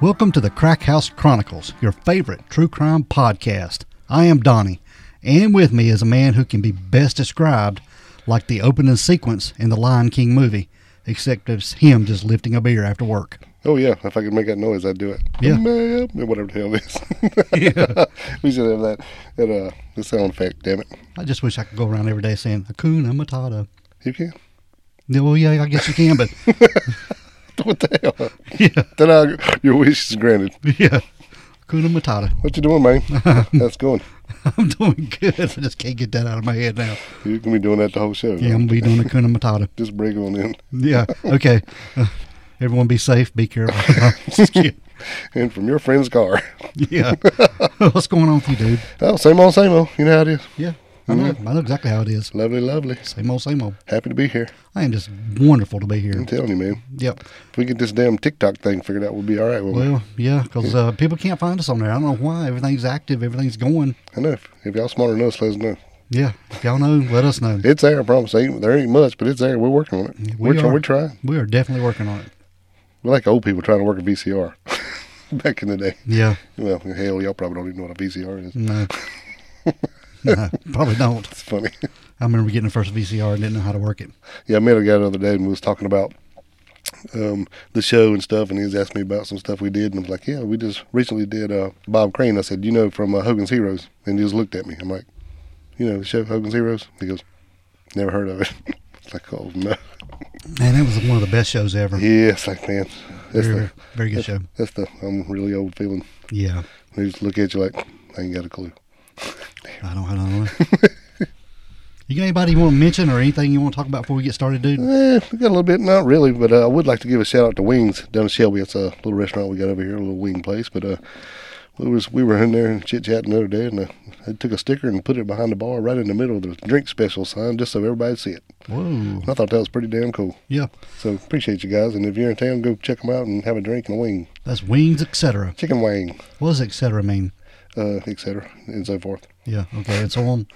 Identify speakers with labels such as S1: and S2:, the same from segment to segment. S1: Welcome to the Crack House Chronicles, your favorite true crime podcast. I am Donnie, and with me is a man who can be best described like the opening sequence in the Lion King movie, except it's him just lifting a beer after work.
S2: Oh yeah, if I could make that noise, I'd do it.
S1: Yeah.
S2: Ma'am, or whatever the hell it is. we should have that that uh the sound effect. Damn it,
S1: I just wish I could go around every day saying Hakuna Matata.
S2: you can.
S1: Yeah, Well, yeah, I guess you can, but
S2: What the hell?
S1: yeah,
S2: Then I, your wish is granted.
S1: yeah, Hakuna Matata.
S2: What you doing, man? That's going.
S1: I'm doing good. I just can't get that out of my head now.
S2: You can be doing that the whole show.
S1: Yeah, I'm gonna be doing Hakuna Matata.
S2: Just break on in
S1: Yeah. Okay. Uh, everyone be safe. Be careful. Just kidding.
S2: and from your friend's car.
S1: yeah. What's going on with you, dude?
S2: Oh, same old, same old. You know how it is.
S1: Yeah. I know. I know exactly how it is.
S2: Lovely, lovely.
S1: Same old, same old.
S2: Happy to be here.
S1: I am just wonderful to be here.
S2: I'm telling you, man.
S1: Yep.
S2: If we get this damn TikTok thing figured out, we'll be all right. won't we?
S1: Well, yeah, because uh, people can't find us on there. I don't know why. Everything's active. Everything's going.
S2: I know. If, if y'all smarter than us, let us know.
S1: Yeah. If y'all know, let us know.
S2: It's there, I promise. Ain't, there ain't much, but it's there. We're working on it.
S1: We
S2: are
S1: are.
S2: we're trying.
S1: We are definitely working on it.
S2: We're like old people trying to work a VCR back in the day.
S1: Yeah.
S2: Well, hell, y'all probably don't even know what a VCR is.
S1: No. no probably don't.
S2: It's funny.
S1: I remember getting the first VCR and didn't know how to work it.
S2: yeah, I met a guy the other day and we was talking about um, the show and stuff, and he was asking me about some stuff we did, and I was like, "Yeah, we just recently did uh, Bob Crane." I said, "You know, from uh, Hogan's Heroes," and he just looked at me. I'm like, "You know, the show Hogan's Heroes?" He goes, "Never heard of it." it's like, "Oh no."
S1: Man, that was one of the best shows ever.
S2: Yeah, it's like, man, that's
S1: very,
S2: the
S1: very- very good show.
S2: that's the I'm really old feeling.
S1: Yeah.
S2: They just look at you like, I ain't got a clue.
S1: I don't, I don't know. you got anybody you want to mention or anything you want to talk about before we get started, dude?
S2: Eh, we got a little bit, not really, but uh, I would like to give a shout out to Wings down in Shelby. It's a little restaurant we got over here, a little wing place. But uh, we was we were in there and chit chatting the other day, and uh, I took a sticker and put it behind the bar, right in the middle of the drink special sign, just so everybody see it.
S1: Whoa.
S2: I thought that was pretty damn cool.
S1: Yeah.
S2: So appreciate you guys, and if you're in town, go check them out and have a drink and a wing,
S1: That's wings, etc.
S2: chicken wing,
S1: What does etc. mean?
S2: uh, etc. and so forth.
S1: Yeah. Okay. It's on.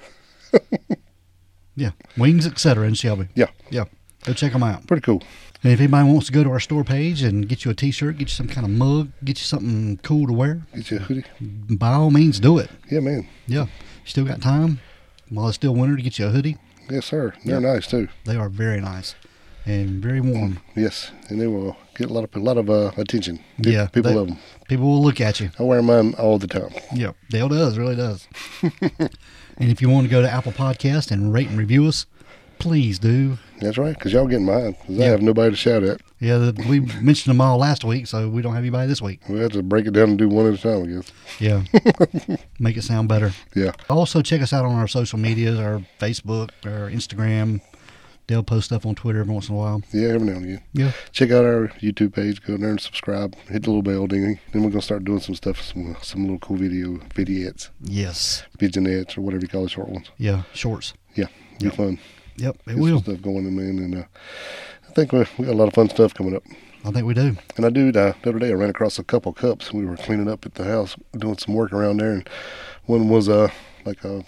S1: yeah. Wings, etc. in Shelby.
S2: Yeah,
S1: Yeah. Go check them out.
S2: pretty cool.
S1: And if anybody wants to go to our store page and get you a t shirt, get you some kind of mug, get you something cool to wear,
S2: Get you a hoodie.
S1: by all means do it.
S2: Yeah, man.
S1: Yeah. Still got time while it's still winter to get you a hoodie.
S2: Yes, sir. They're nice too.
S1: They are very nice and very warm.
S2: Yes, and they will get a lot of a lot of uh, attention. Pe-
S1: Yeah,
S2: people
S1: they-
S2: love them.
S1: People will look at you.
S2: I wear mine all the time.
S1: Yeah, Dale does, really does. and if you want to go to Apple Podcast and rate and review us, please do.
S2: That's right, because y'all getting mine. 'cause I
S1: Yeah.
S2: have nobody to shout at.
S1: Yeah, the, we mentioned them all last week, so we don't have anybody this week.
S2: We have to break it down and do one at a time, I guess.
S1: Yeah, make it sound better.
S2: Yeah,
S1: Also, check us out on our social medias, our Facebook, our Instagram. Dale posts stuff on Twitter every once in a while.
S2: yeah, every now and again.
S1: Yeah,
S2: Check out our YouTube page. Go in there and subscribe. Hit the little bell, ding. Then we're gonna start doing some stuff, some some little cool video videettes,
S1: yes,
S2: pigeonettes, or whatever you call the short ones.
S1: yeah, shorts.
S2: Yeah, be fun.
S1: Yep, it
S2: Get some
S1: will.
S2: stuff going in, man. And uh, I think we we got a lot of fun stuff coming up.
S1: I think we do.
S2: And I do, uh, the other day I ran across a couple cups. We were cleaning up at the house, doing some work around there. And one was uh, like a,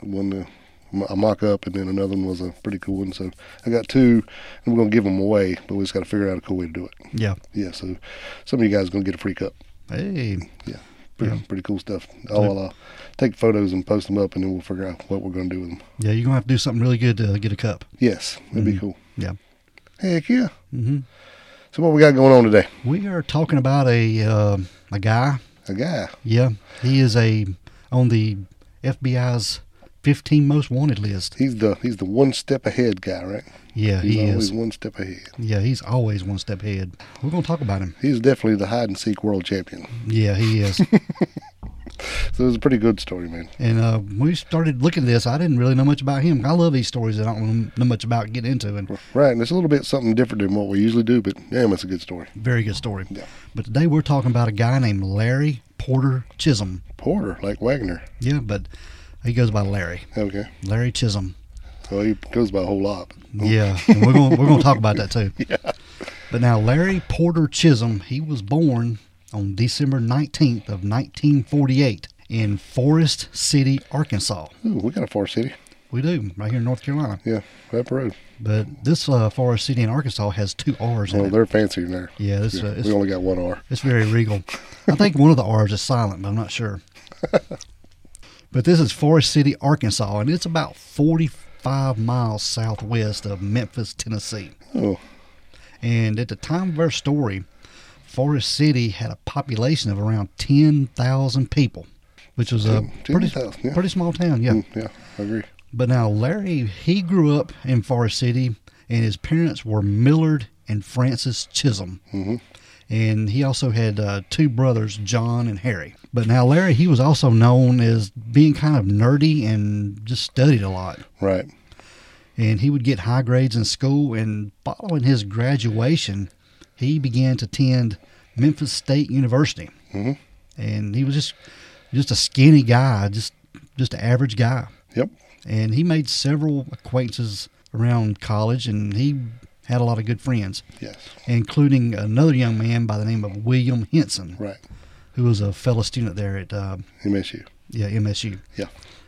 S2: one, uh, a mock up, and then another one was a pretty cool one. So I got two, and we're going to give them away, but we just got to figure out a cool way to do it.
S1: Yeah.
S2: Yeah, so some of you guys going to get a free cup.
S1: Hey,
S2: Yeah. Pretty,
S1: Yeah.
S2: pretty cool stuff. I'll uh, take photos and post them up, and then we'll figure out what we're going to do with them.
S1: yeah, you're gonna have to do something really good to get a cup.
S2: Yes, that'd be cool.
S1: Yeah.
S2: Heck yeah.
S1: Mm-hmm.
S2: So, what we got going on today?
S1: We are talking about a uh, a guy
S2: A guy.
S1: Yeah, he is a on the FBI's 15 most wanted list.
S2: He's the he's the one step ahead guy, right?
S1: Yeah,
S2: He's
S1: he
S2: always
S1: is.
S2: one step ahead.
S1: Yeah, he's always one step ahead. We're gonna talk about him.
S2: He's definitely the hide and seek world champion.
S1: Yeah, he is.
S2: So it was a pretty good story, man.
S1: and uh, when we started looking at this, I didn't really know much about him. I love these stories that I don't know much about getting into, and
S2: Right, and it's a little bit something different than what we usually do, but damn, it's a good story.
S1: very good story.
S2: Yeah.
S1: But today we're talking about a guy named Larry Porter Chisholm.
S2: Porter, like Wagner.
S1: Yeah, but he goes by Larry.
S2: Okay.
S1: Larry Chisholm.
S2: Well, he goes by a whole lot.
S1: Yeah, and we're going to we're going to talk about that too. But now Larry Porter Chisholm, he was born on December 19th of 1948 in Forest City, Arkansas.
S2: Ooh, we got a Forest City.
S1: We do right here in North Carolina.
S2: Yeah, Rapid Road.
S1: But this uh, Forest City in Arkansas has two R's
S2: Well,
S1: in it.
S2: they're fancy in Oh, there.
S1: Yeah, this, uh,
S2: we
S1: it's,
S2: only got one R.
S1: it's very regal. I think one of the R's is silent, but I'm not sure. but this is Forest City, Arkansas, and it's about 45 miles southwest of Memphis, Tennessee.
S2: Oh,
S1: And at the time of our story, Forest City had a population of around 10,000 people, which was a
S2: Ten-
S1: pretty,
S2: 10,000, yeah.
S1: pretty small town, yeah.
S2: mm, yeah, I agree.
S1: But now Larry, he grew up in Forest City, and his parents were Millard and Francis Chisholm. Mm-hmm. And he also had uh, two brothers, John and Harry. But now Larry, he was also known as being kind of nerdy and just studied a lot.
S2: Right.
S1: And he would get high grades in school. And following his graduation, he began to attend Memphis State University.
S2: Mhm.
S1: And he was just just a skinny guy, just just an average guy
S2: Yep.
S1: and he made several acquaintances around college and he had a lot of good friends
S2: Yes.
S1: including another young man by the name of william henson
S2: Right.
S1: who was a fellow student there at uh,
S2: MSU.
S1: yeah, msu
S2: Yeah.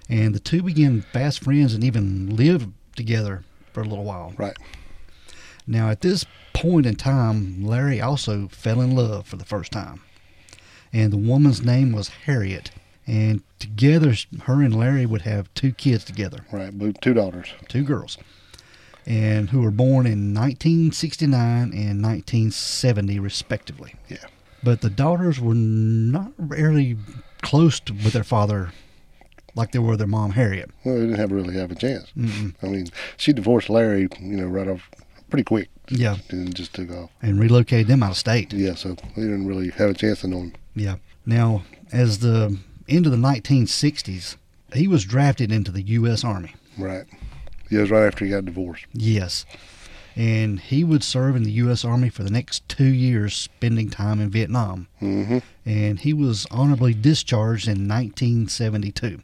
S1: and the two became fast friends and even lived together for a little while
S2: Right.
S1: now at this point in time larry also fell in love for the first time and the woman's name was harriet and together her and larry would have two kids together
S2: Right. But two daughters.
S1: two girls, and who were born in 1969 and 1970, respectively.
S2: Yeah.
S1: But the daughters were not really close to, with their father like they were with their mom, Harriet.
S2: Well, they didn't have really have a chance.
S1: Mm.
S2: I mean, she divorced Larry, you know, right off pretty quick.
S1: Yeah.
S2: And just took off.
S1: And relocated them out of state.
S2: Yeah, so they didn't really have a chance to know him.
S1: Yeah. Now, as the end of the 1960s, he was drafted into the U.S. Army.
S2: Right. Yeah, it was right after he got divorced.
S1: Yes. And he would serve in the U.S. Army for the next two years, spending time in Vietnam.
S2: Mm-hmm.
S1: and he was honorably discharged in 1972.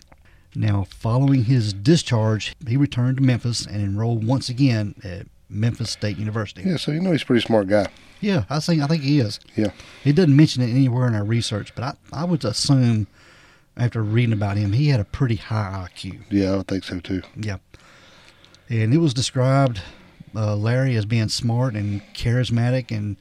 S1: Now, following his discharge, he returned to Memphis and enrolled once again at Memphis State University.
S2: Yeah, so you know he's a pretty smart guy.
S1: Yeah, I think I think he is.
S2: Yeah.
S1: He doesn't mention it anywhere in our research, but I, I would assume after reading about him, he had a pretty high IQ.
S2: Yeah, I would think so too.
S1: Yeah. And it was described uh, Larry as being smart and charismatic and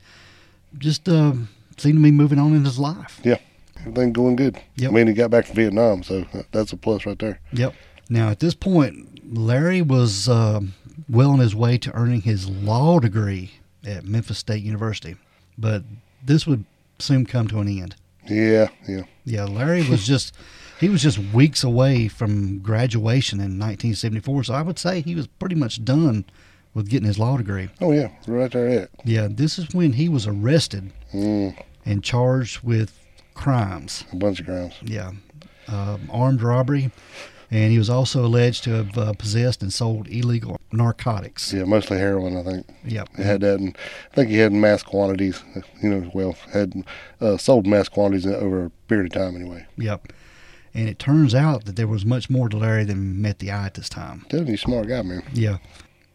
S1: just uh, seemed to be moving on in his life.
S2: Yeah. Everything going good.
S1: Yep.
S2: I mean, he got back from Vietnam, so that- that's a plus right there.
S1: Yep. Now, at this point, Larry was uh, well on his way to earning his law degree at Memphis State University, but this would soon come to an end.
S2: Yeah, yeah.
S1: Yeah, Larry was just. He was just weeks away from graduation in 1974, so I would say he was pretty much done with getting his law degree.
S2: Oh, yeah, right there at it.
S1: Yeah, this is when he was arrested
S2: Mm,
S1: and charged with crimes.
S2: a bunch of crimes.
S1: Yeah, um, armed robbery, and he was also alleged to have uh, possessed and sold illegal narcotics.
S2: Yeah, mostly heroin, I think.
S1: Yep.
S2: They had that, and I think he had mass quantities, you know, well, had uh, sold mass quantities over a period of time anyway.
S1: Yep. And it turns out that there was much more to Larry than met the eye at this time.
S2: Definitely a smart guy, man.
S1: Yeah.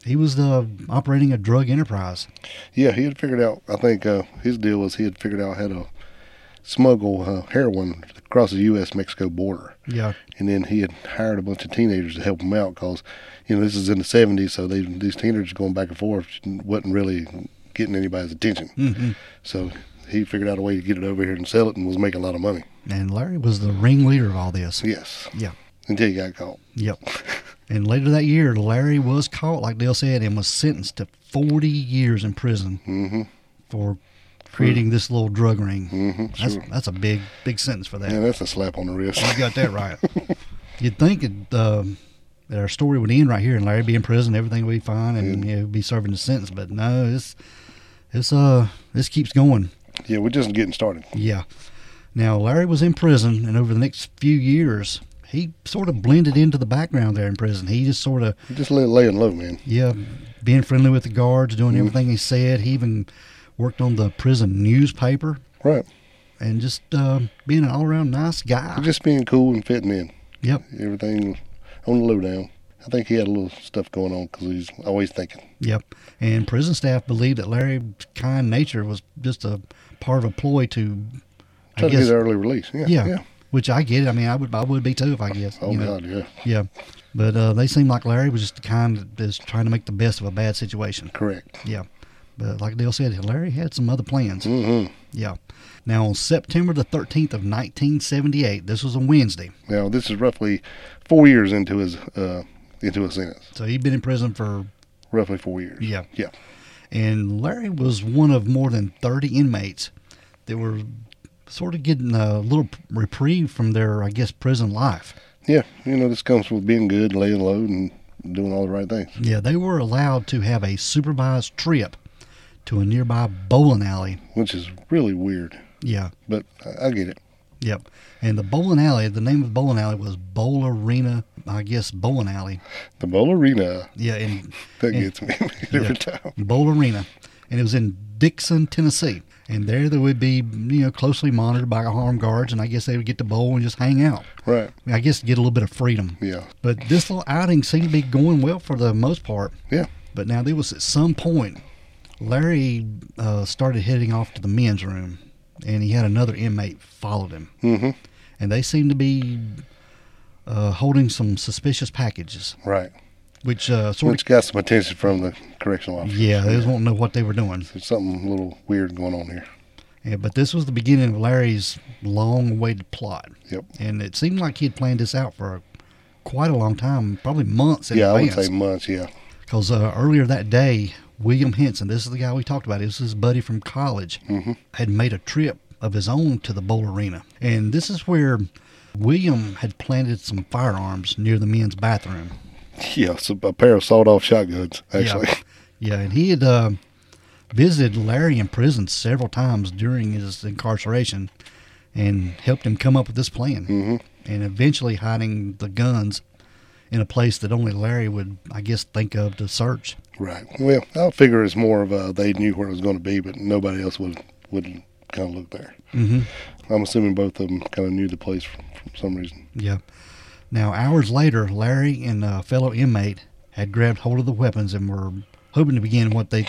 S1: He was uh, operating a drug enterprise.
S2: Yeah, he had figured out. I think uh, his deal was he had figured out how to smuggle uh, heroin across the U.S. Mexico border,
S1: Yeah.
S2: and then he had hired a bunch of teenagers to help him out because, you know, this is in the '70s, so they, these teenagers going back and forth wasn't really getting anybody's attention.
S1: hmm
S2: So he figured out a way to get it over here and sell it, and was making a lot of money.
S1: And Larry was the ringleader of all this.
S2: Yes,
S1: Yeah.
S2: until he got caught.
S1: Yep. And later that year, Larry was caught, like Dale said, and was sentenced to 40 years in prison
S2: Mm-hmm.
S1: for creating this little drug ring.
S2: Mm-hmm.
S1: That's,
S2: Sure.
S1: that's a big, big sentence for that.
S2: Yeah, that's a slap on the wrist.
S1: You got that right. You'd think it, um, that our story would end right here, and Larry'd be in prison, everything would be fine, and
S2: Mm-hmm.
S1: you know, be serving the sentence. But no, it's it's uh this keeps going.
S2: yeah, we're just getting started.
S1: Yeah. Now Larry was in prison, and over the next few years, he sort of blended into the background there in prison. He just sort of
S2: Just lay laying low, man.
S1: yeah, being friendly with the guards, doing
S2: Mm-hmm.
S1: everything he said. He even worked on the prison newspaper,
S2: Right.
S1: and just uh, being an all around nice guy.
S2: Just being cool and fitting in.
S1: Yep.
S2: everything on the lowdown. I think he had a little stuff going on because he's always thinking.
S1: Yep. And prison staff believed that Larry's kind nature was just a part of a ploy to, I
S2: Try to
S1: guess,
S2: get an early release. Yeah,
S1: Yeah.
S2: yeah.
S1: which I get it. I mean, I would I would be too if I guess.
S2: Oh
S1: you know.
S2: God, yeah,
S1: Yeah, but uh, they seem like Larry was just the kind that is trying to make the best of a bad situation.
S2: correct.
S1: Yeah, but like Dale said, Larry had some other plans.
S2: Mm-hmm.
S1: Yeah. Now on September the 13th of 1978, this was a Wednesday,
S2: Now this is roughly four years into his uh, into his sentence.
S1: so he'd been in prison for
S2: Roughly four years.
S1: yeah,
S2: Yeah.
S1: and Larry was one of more than 30 inmates that were sort of getting a little reprieve from their, I guess, prison life.
S2: Yeah, you know, this comes with being good, laying low, and doing all the right things.
S1: Yeah, they were allowed to have a supervised trip to a nearby bowling alley.
S2: which is really weird,
S1: Yeah,
S2: but I, I get it.
S1: yep. And the bowling alley, the name of the bowling alley was Bowl Arena, I guess, Bowling Alley.
S2: The bowl arena
S1: Yeah, in
S2: that
S1: Yeah.
S2: gets me every
S1: Yeah.
S2: time.
S1: Bowl Arena. And it was in Dixon, Tennessee. And there they would be, you know, closely monitored by armed guards. And I guess they would get to bowl and just hang out.
S2: Right?
S1: I guess get a little bit of freedom.
S2: Yeah,
S1: But this little outing seemed to be going well for the most part.
S2: yeah.
S1: But now there was at some point, Larry uh, started heading off to the men's room, and he had another inmate followed him,
S2: hmm
S1: and they seemed to be uh, holding some suspicious packages,
S2: Right.
S1: which uh, sort
S2: Which got some attention from the correctional
S1: of
S2: officer.
S1: yeah, they just won't know what they were doing.
S2: There's something a little weird going on here.
S1: Yeah, but this was the beginning of Larry's long-awaited plot,
S2: Yep.
S1: and it seemed like he had planned this out for quite a long time, probably months in
S2: Yeah, I would
S1: advance.
S2: say months. Yeah.
S1: Because uh, earlier that day, William Henson, this is the guy we talked about, this is his buddy from college, had made a trip of his own to the bowl arena. And this is where William had planted some firearms near the men's bathroom.
S2: Yeah, it's a, a pair of sawed-off shotguns actually.
S1: Yeah. Yeah, and he had uh, visited Larry in prison several times during his incarceration and helped him come up with this plan. Mm-hmm. And eventually hiding the guns in a place that only Larry would, I guess, think of to search.
S2: Right. Well, I figure it's more of a they knew where it was going to be, but nobody else would would kind of look there.
S1: Mm-hmm.
S2: I'm assuming both of them kind of knew the place for, for some reason.
S1: Yeah. Now, hours later, Larry and a fellow inmate had grabbed hold of the weapons and were hoping to begin what they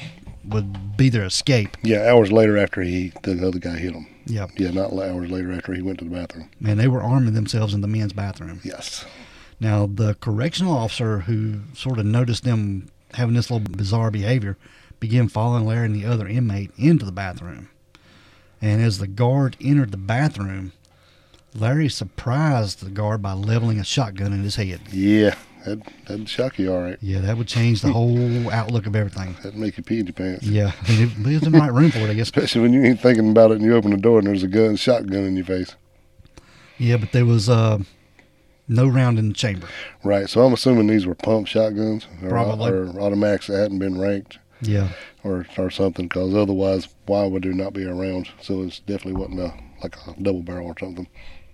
S1: would be their escape.
S2: Yeah, hours later after he the other guy hit him.
S1: Yeah.
S2: Yeah, not li- hours later after he went to the bathroom.
S1: And they were arming themselves in the men's bathroom.
S2: Yes.
S1: Now, the correctional officer who sort of noticed them having this little bizarre behavior began following Larry and the other inmate into the bathroom. And as the guard entered the bathroom, Larry surprised the guard by leveling a shotgun at his head.
S2: Yeah, that that'd shock you, all right.
S1: Yeah, that would change the whole outlook of everything.
S2: That'd make you pee in your pants.
S1: Yeah, I mean, it, it was in the right room for it, I guess.
S2: Especially when you ain't thinking about it and you open the door and there's a gun, shotgun in your face.
S1: Yeah, but there was uh, no round in the chamber.
S2: Right. So I'm assuming these were pump shotguns or,
S1: Probably.
S2: or automatics that hadn't been ranked
S1: Yeah,
S2: or, or something, because otherwise, why would there not be a round? So it's definitely wasn't a, like a double barrel or something.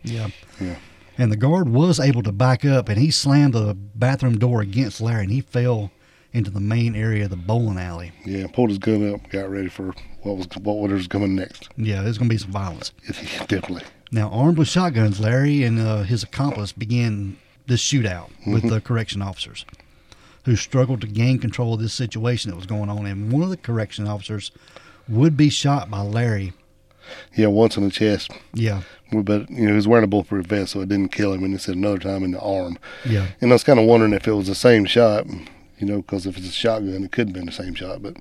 S1: yeah.
S2: Yeah.
S1: And the guard was able to back up, and he slammed the bathroom door against Larry, and he fell into the main area of the bowling alley.
S2: Yeah. Pulled his gun up, got ready for what was what was coming next.
S1: Yeah, there's going to be some violence.
S2: definitely.
S1: Now, armed with shotguns, Larry and uh, his accomplice began this shootout with the correction officers, who struggled to gain control of this situation that was going on. And one of the correction officers would be shot by Larry.
S2: Yeah. Once in the chest,
S1: Yeah,
S2: but you know he was wearing a bulletproof vest, so it didn't kill him. And he said another time in the arm.
S1: yeah.
S2: And I was kind of wondering if it was the same shot, you know, because if it's a shotgun, it could have been the same shot. But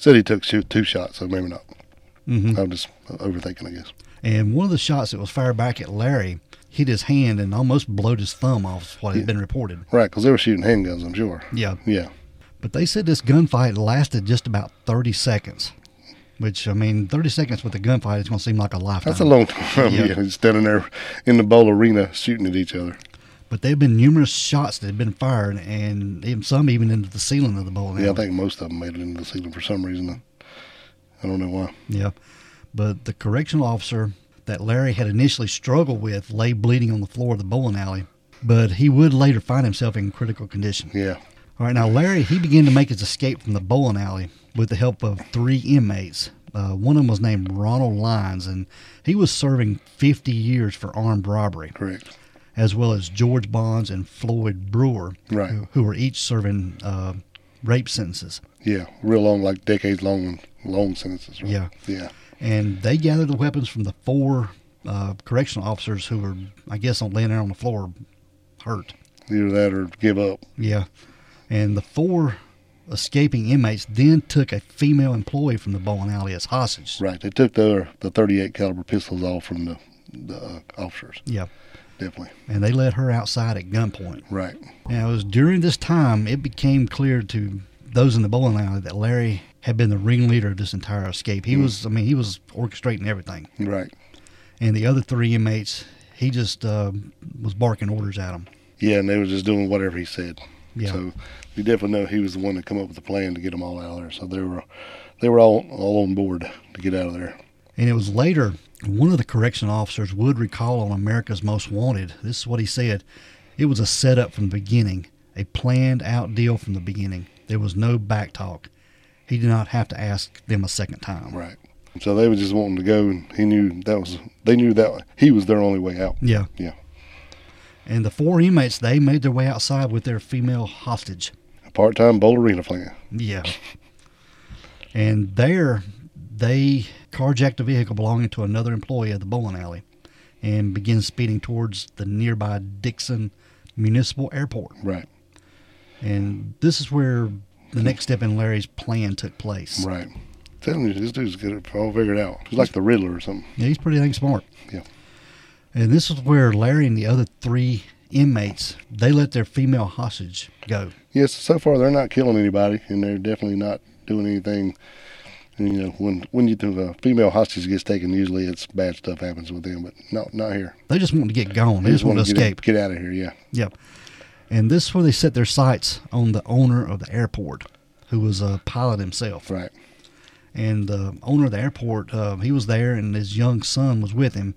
S2: said he took two, two shots, so maybe not.
S1: Mm-hmm.
S2: I'm just overthinking, I guess.
S1: And one of the shots that was fired back at Larry hit his hand and almost blowed his thumb off, is what had been reported.
S2: Right, because they were shooting handguns, I'm sure.
S1: Yeah.
S2: Yeah,
S1: But they said this gunfight lasted just about 30 seconds, which, I mean, 30 seconds with a gunfight is going to seem like a lifetime.
S2: that's a long time.
S1: Uh-huh. Yeah.
S2: Yeah, he's standing there in the bowl arena shooting at each other.
S1: But there have been numerous shots that have been fired, and even some even into the ceiling of the bowling
S2: Yeah, I
S1: alley.
S2: think most of them made it into the ceiling for some reason. I don't know why.
S1: Yeah. But the correctional officer that Larry had initially struggled with lay bleeding on the floor of the bowling alley, but he would later find himself in critical condition.
S2: Yeah,
S1: All right, now Larry, he began to make his escape from the bowling alley with the help of three inmates. Uh, one of them was named Ronald Lyons, and he was serving 50 years for armed robbery,
S2: correct.
S1: as well as George Bonds and Floyd Brewer,
S2: Right.
S1: who, who were each serving uh, rape sentences.
S2: Yeah, real long, like decades long, long sentences. Right?
S1: Yeah.
S2: Yeah.
S1: And they gathered the weapons from the four uh, correctional officers who were, I guess, on laying there on the floor, hurt.
S2: Either that or give up.
S1: Yeah. And the four escaping inmates then took a female employee from the bowling alley as hostage.
S2: Right. They took their the 38 caliber pistols off from the, the uh, officers.
S1: Yeah.
S2: Definitely.
S1: And they let her outside at gunpoint.
S2: Right.
S1: Now, it was during this time it became clear to those in the bowling alley that Larry had been the ringleader of this entire escape. He was, I mean, he was orchestrating everything.
S2: Right.
S1: And the other three inmates, he just uh, was barking orders at them.
S2: Yeah, and they were just doing whatever he said.
S1: Yeah.
S2: So you definitely know he was the one that come up with the plan to get them all out of there. So they were they were all all on board to get out of there.
S1: And it was later, one of the correction officers would recall on America's Most Wanted. This is what he said it was a setup from the beginning, a planned out deal from the beginning. There was no back talk. He did not have to ask them a second time.
S2: Right. So they were just wanting to go, and he knew that was they knew that he was their only way out.
S1: Yeah.
S2: Yeah.
S1: And the four inmates, they made their way outside with their female hostage.
S2: A part time bowl arena plan.
S1: Yeah. And there, they carjacked a vehicle belonging to another employee of the bowling alley and began speeding towards the nearby Dixon Municipal Airport.
S2: Right.
S1: And this is where the next step in Larry's plan took place.
S2: Right. telling you, this dude's good at all figured out. He's like the Riddler or something.
S1: Yeah, he's pretty dang smart.
S2: Yeah.
S1: And this is where Larry and the other three inmates, they let their female hostage go.
S2: Yes, so far they're not killing anybody, and they're definitely not doing anything. And, you know, when when you think a female hostage gets taken, usually it's bad stuff happens with them, but not not here.
S1: They just wanted to get gone. They just wanted to
S2: get
S1: escape.
S2: Get out of here, yeah.
S1: Yep. And this is where they set their sights on the owner of the airport, who was a pilot himself.
S2: Right.
S1: And the owner of the airport, uh, he was there, and his young son was with him.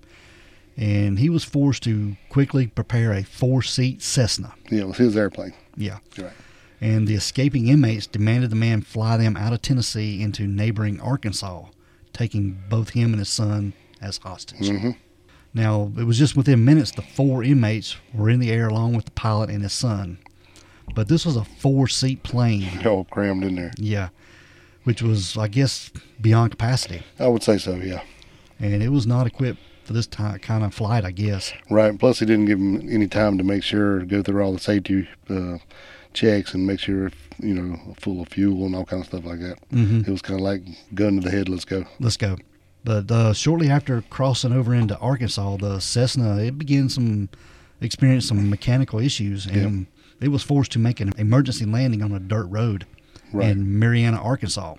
S1: And he was forced to quickly prepare a four seat Cessna.
S2: Yeah, it was his airplane.
S1: Yeah.
S2: You're Right.
S1: And the escaping inmates demanded the man fly them out of Tennessee into neighboring Arkansas, taking both him and his son as hostage.
S2: Mhm.
S1: Now, it was just within minutes the four inmates were in the air along with the pilot and his son. But this was a four seat plane,
S2: They're all crammed in there.
S1: yeah, which was, I guess, beyond capacity.
S2: I would say so, yeah.
S1: And it was not equipped for this ti kind of flight, I guess.
S2: Right. Plus, he didn't give him any time to make sure, go through all the safety uh, checks and make sure if, you know, full of fuel and all kind of stuff like that.
S1: Mhm.
S2: It was kind of like gun to the head, let's go.
S1: Let's go. But uh, shortly after crossing over into Arkansas, the Cessna it began some experience some mechanical issues, and it was forced to make an emergency landing on a dirt road
S2: Right.
S1: in Mariana, Arkansas,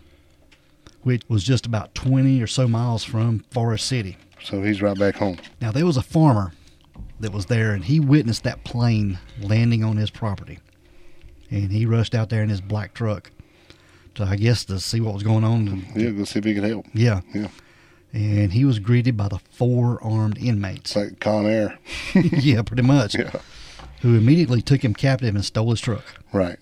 S1: which was just about twenty or so miles from Forest City.
S2: So he's right back home.
S1: Now there was a farmer that was there, and he witnessed that plane landing on his property, and he rushed out there in his black truck to, I guess, to see what was going on.
S2: Yeah, go see if he can help.
S1: Yeah
S2: Yeah.
S1: and he was greeted by the four armed
S2: It's
S1: inmates.
S2: like Con Air.
S1: yeah, pretty much.
S2: Yeah.
S1: Who immediately took him captive and stole his truck.
S2: Right.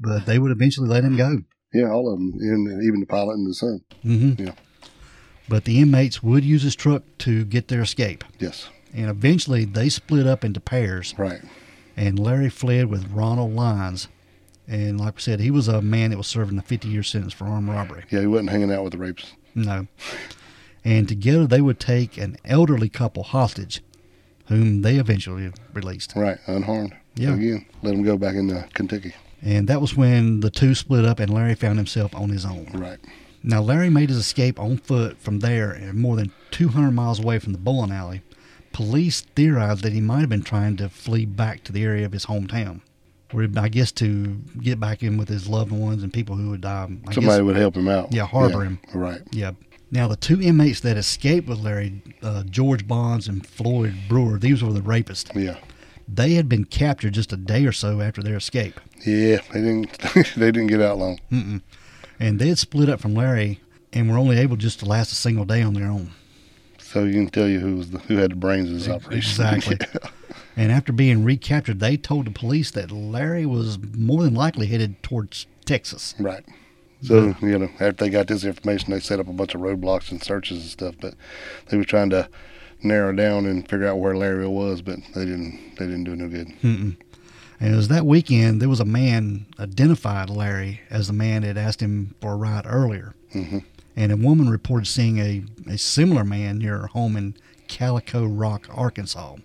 S1: But they would eventually let him go.
S2: Yeah, all of them, and even the pilot and the son.
S1: hmm
S2: Yeah.
S1: But the inmates would use his truck to get their escape.
S2: Yes.
S1: And eventually they split up into pairs,
S2: Right.
S1: and Larry fled with Ronald Lyons. And like we said, he was a man that was serving a 50 year sentence for armed robbery.
S2: Yeah, he wasn't hanging out with the rapes.
S1: No. And together they would take an elderly couple hostage, whom they eventually released.
S2: Right. Unharmed.
S1: Yeah.
S2: Again, let him go back into Kentucky.
S1: And that was when the two split up and Larry found himself on his own.
S2: Right.
S1: Now, Larry made his escape on foot from there and more than 200 miles away from the bowling alley. Police theorized that he might have been trying to flee back to the area of his hometown, where he- I guess to get back in with his loved ones and people who would die. I
S2: Somebody
S1: guess,
S2: would help him out.
S1: Yeah, harbor him.
S2: Right.
S1: yeah. Now, the two inmates that escaped with Larry, uh, George Bonds and Floyd Brewer, these were the rapists.
S2: Yeah.
S1: They had been captured just a day or so after their escape.
S2: Yeah, they didn't. they didn't get out long.
S1: Mm. and they had split up from Larry and were only able just to last a single day on their own.
S2: So you can tell you who was the, who had the brains of this operation.
S1: E Exactly.
S2: Yeah.
S1: And after being recaptured, they told the police that Larry was more than likely headed towards Texas.
S2: Right. So you know, after they got this information, they set up a bunch of roadblocks and searches and stuff. But they were trying to narrow down and figure out where Larry was, but they didn't. They didn't do no good.
S1: And it was that weekend there was a man identified Larry as the man that had asked him for a ride earlier. Mm-hmm. And a woman reported seeing a, a similar man near her home in Calico Rock, Arkansas.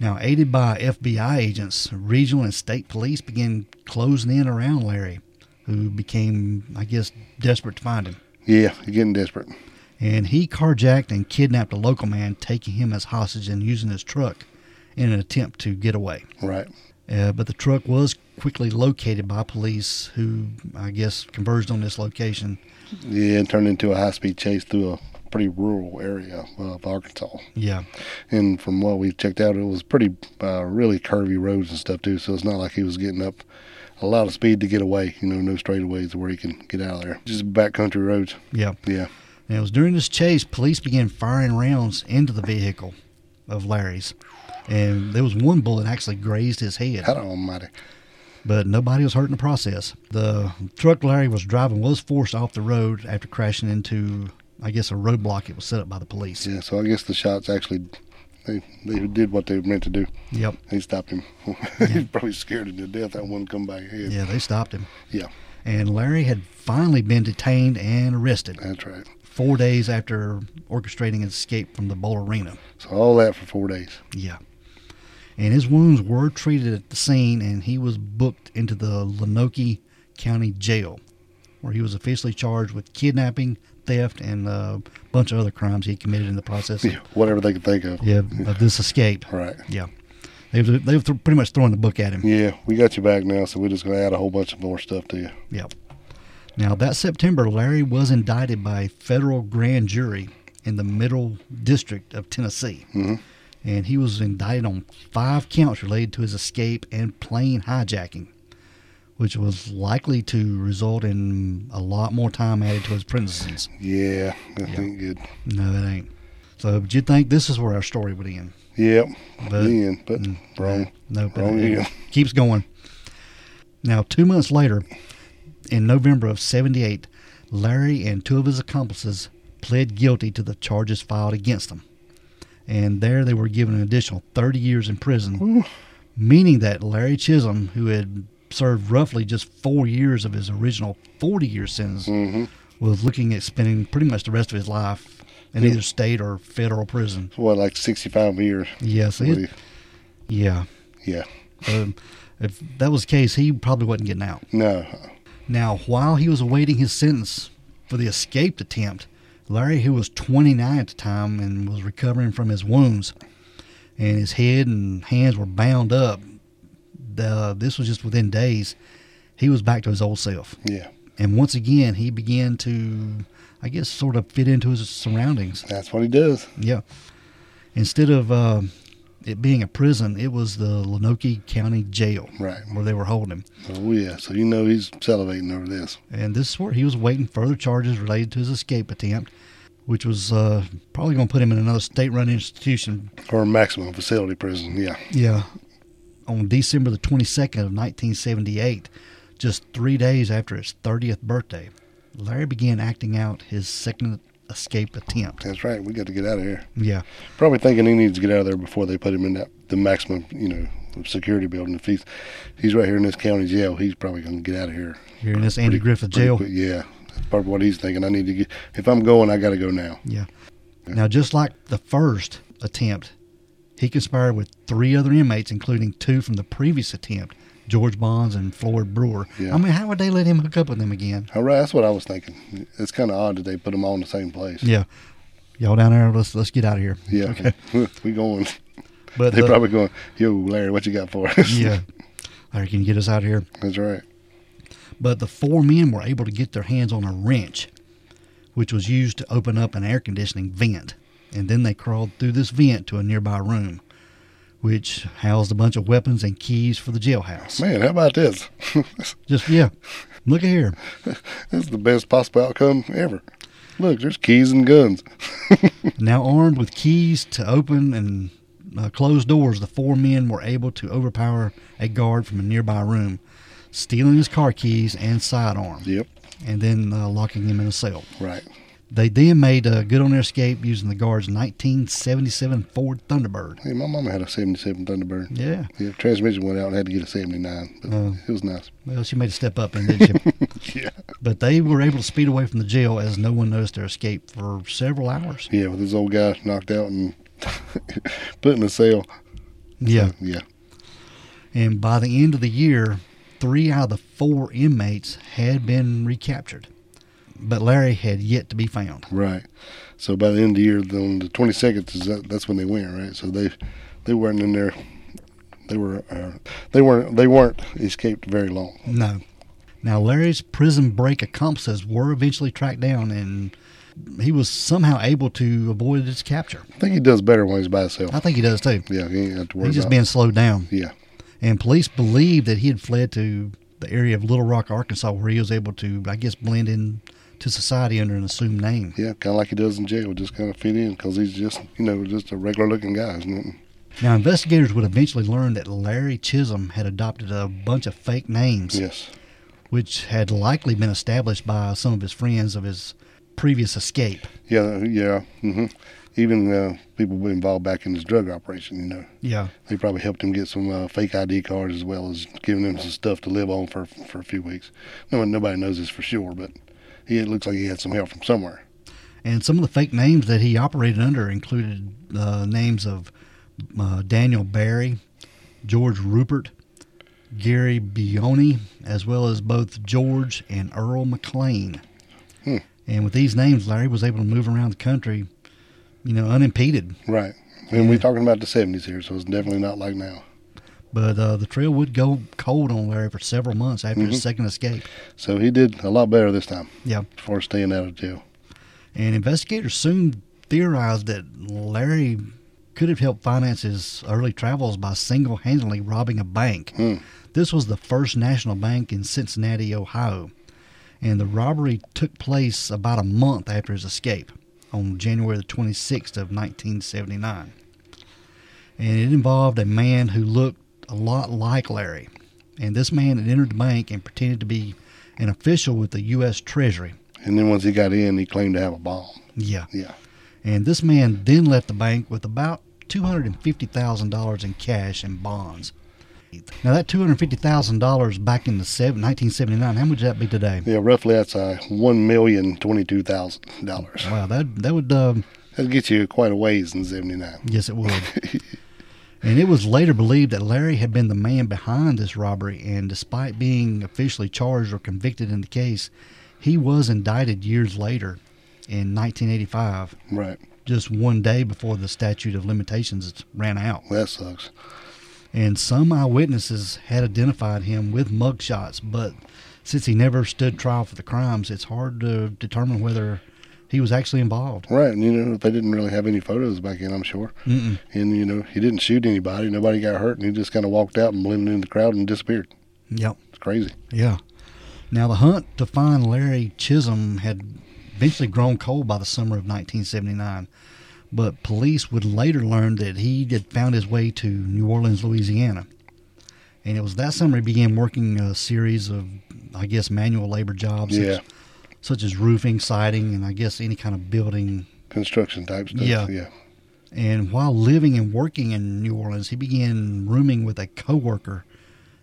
S1: Now, aided by FBI agents, regional and state police began closing in around Larry, who became, I guess, desperate to find him.
S2: Yeah, you're getting desperate.
S1: And he carjacked and kidnapped a local man, taking him as hostage and using his truck in an attempt to get away.
S2: Right.
S1: Uh, but the truck was quickly located by police, who I guess converged on this location.
S2: Yeah, and turned into a high speed chase through a pretty rural area of Arkansas.
S1: Yeah,
S2: And from what we checked out, it was pretty, uh, really curvy roads and stuff too. So it's not like he was getting up a lot of speed to get away. You know, no straightaways where he can get out of there. Just backcountry roads.
S1: yeah.
S2: Yeah.
S1: And it was during this chase, police began firing rounds into the vehicle of Larry's. And there was one bullet actually grazed his head,
S2: God almighty.
S1: but nobody was hurt in the process. The truck Larry was driving was forced off the road after crashing into, I guess, a roadblock it was set up by the police.
S2: Yeah. So I guess the shots actually, they, they did what they were meant to do.
S1: Yep.
S2: They stopped him. He's probably scared him to death. That one come back here.
S1: Yeah, they stopped him.
S2: yeah.
S1: And Larry had finally been detained and arrested
S2: That's right.
S1: four days after orchestrating an escape from the bowl arena.
S2: So all that for four days.
S1: Yeah. And his wounds were treated at the scene, and he was booked into the Lenoke County Jail, where he was officially charged with kidnapping, theft, and a bunch of other crimes he committed in the process of,
S2: Yeah. Whatever they could think of.
S1: yeah, of this escape.
S2: Right.
S1: Yeah. They were, they were th- pretty much throwing the book at him.
S2: Yeah, we got you back now, so we're just gonna add a whole bunch of more stuff to you.
S1: Yep. Now, that September, Larry was indicted by a federal grand jury in the Middle District of Tennessee. And he was indicted on five counts related to his escape and plane hijacking, which was likely to result in a lot more time added to his prison sentence.
S2: Yeah, I think good.
S1: No, it ain't. So, but you think this is where our story would end?
S2: Yep.
S1: But- mm,
S2: then, but wrong.
S1: Nope. it-
S2: Wrong
S1: it
S2: again.
S1: Keeps going. Now, two months later, in November of 78, Larry and two of his accomplices pled guilty to the charges filed against them. And there they were given an additional 30 years in prison, meaning that Larry Chisholm, who had served roughly just four years of his original 40 year sentence,
S2: Mm-hmm.
S1: was looking at spending pretty much the rest of his life in either state or federal prison.
S2: What, like sixty-five years?
S1: Yes,
S2: What do
S1: it,
S2: you-
S1: yeah.
S2: Yeah.
S1: Um, if that was the case, he probably wasn't getting out.
S2: No. uh,
S1: Now, while he was awaiting his sentence for the escaped attempt, Larry, who was 29 at the time and was recovering from his wounds, and his head and hands were bound up, the, this was just within days, he was back to his old self.
S2: Yeah.
S1: And once again, he began to, I guess, sort of fit into his surroundings.
S2: That's what he does.
S1: Yeah. Instead of uh, it being a prison, it was the Lenoke County Jail
S2: Right.
S1: where they were holding him.
S2: Oh yeah. So you know he's salivating over this.
S1: And this is where he was waiting further charges related to his escape attempt, which was uh, probably going to put him in another state run institution.
S2: Or maximum facility prison. Yeah.
S1: Yeah. On December the 22nd of 1978, just three days after his 30th birthday, Larry began acting out his second escape attempt.
S2: That's right. We got to get out of here.
S1: Yeah.
S2: Probably thinking he needs to get out of there before they put him in that the maximum, you know, security building. If he's he's right here in this county jail, he's probably gonna get out of here
S1: Here in this Andy Griffith
S2: pretty
S1: jail.
S2: quick. Yeah. That's probably what he's thinking. I need to get if I'm going, I gotta go now.
S1: Yeah. Now, just like the first attempt, he conspired with three other inmates, including two from the previous attempt, George Bonds and Floyd Brewer.
S2: Yeah.
S1: I mean, how would they let him hook up with them again?
S2: All right, that's what I was thinking. It's kind of odd that they put them all in the same place.
S1: Yeah. Y'all down there, let's let's get out of here.
S2: Yeah,
S1: Okay.
S2: we going.
S1: But
S2: They
S1: the-
S2: probably going. Yo, Larry, what you got for us?
S1: yeah. Larry, can you get us out of here?
S2: that's right.
S1: But the four men were able to get their hands on a wrench, which was used to open up an air conditioning vent. And then they crawled through this vent to a nearby room, which housed a bunch of weapons and keys for the jailhouse.
S2: Man, how about this?
S1: Just yeah. Look at here.
S2: this is the best possible outcome ever. Look, there's keys and guns.
S1: Now armed with keys to open and uh, close doors, the four men were able to overpower a guard from a nearby room, stealing his car keys and sidearm,
S2: Yep.
S1: and then uh, locking him in a cell.
S2: Right.
S1: They then made uh, good on their escape using the guard's 1977 Ford Thunderbird.
S2: Hey, my mama had a 77 Thunderbird.
S1: Yeah,
S2: Yeah, transmission went out and had to get a 79, but
S1: Oh.
S2: it was nice.
S1: well, she made a step up, and then she,
S2: Yeah.
S1: but they were able to speed away from the jail as no one noticed their escape for several hours.
S2: Yeah, with this old guy knocked out and put in a cell.
S1: Yeah,
S2: Yeah.
S1: and by the end of the year, three out of the four inmates had been recaptured, but Larry had yet to be found.
S2: Right. So by the end of the year, the- on the 22nd, is that, that's when they went, right? So they they weren't in there. They were uh, they weren't they weren't escaped very long.
S1: No. Now, Larry's prison break accomplices were eventually tracked down, and he was somehow able to avoid its capture.
S2: I think he does better when he's by himself.
S1: I think he does too.
S2: Yeah, he ain't have to worry
S1: He's Uh, just
S2: about.
S1: being slowed down.
S2: yeah,
S1: And police believe that he had fled to the area of Little Rock, Arkansas, where he was able to, I guess, blend in to society under an assumed name.
S2: yeah, kind of like he does in jail, just kind of fit in because he's just you know just a regular looking guy. Isn't it?
S1: Now, investigators would eventually learn that Larry Chisholm had adopted a bunch of fake names,
S2: Yes,
S1: which had likely been established by some of his friends of his previous escape.
S2: yeah, yeah. hmm Even uh, people were involved back in his drug operation, you know,
S1: Yeah.
S2: they probably helped him get some uh, fake ID cards as well as giving him some stuff to live on for for a few weeks. No one, nobody knows this for sure, but he it looks like he had some help from somewhere.
S1: And some of the fake names that he operated under included uh, names of uh, Daniel Barry, George Rupert, Gary Bioni, as well as both George and Earl McLean.
S2: Hmm.
S1: And with these names, Larry was able to move around the country, you know, unimpeded.
S2: Right. And we're talking about the 70s here, so it's definitely not like now.
S1: But uh, the trail would go cold on Larry for several months after his second escape.
S2: So he did a lot better this time
S1: Yeah.
S2: as far as staying out of jail.
S1: And investigators soon theorized that Larry could have helped finance his early travels by single handedly robbing a bank.
S2: Hmm.
S1: This was the first national bank in Cincinnati, Ohio. And the robbery took place about a month after his escape on January the 26th of 1979. And it involved a man who looked a lot like Larry. And this man had entered the bank and pretended to be an official with the U.S. Treasury.
S2: And then once he got in, he claimed to have a bomb.
S1: Yeah.
S2: Yeah.
S1: And this man then left the bank with about $250,000 in cash and bonds. Now, that $250,000 back in the seven, 1979, how much would that be today?
S2: Yeah, roughly that's uh, $1,022,000.
S1: Wow, that, that would, um,
S2: That gets you quite a ways in 79.
S1: yes, it would. and it was later believed that Larry had been the man behind this robbery, and despite being officially charged or convicted in the case, he was indicted years later in 1985,
S2: Right.
S1: just one day before the statute of limitations ran out.
S2: Well, that sucks.
S1: and some eyewitnesses had identified him with mugshots, but since he never stood trial for the crimes, it's hard to determine whether he was actually involved.
S2: Right. And, you know, they didn't really have any photos back then, I'm sure.
S1: Mm-mm.
S2: And you know, he didn't shoot anybody. Nobody got hurt, and he just kind of walked out and blended in the crowd and disappeared.
S1: Yep.
S2: It's crazy.
S1: Yeah. Now the hunt to find Larry Chisholm had eventually grown cold by the summer of 1979, but police would later learn that he had found his way to New Orleans, Louisiana. And it was that summer he began working a series of, I guess, manual labor jobs. such-
S2: Yeah.
S1: such as roofing, siding, and I guess any kind of building.
S2: Construction type stuff.
S1: Yeah.
S2: yeah.
S1: And while living and working in New Orleans, he began rooming with a coworker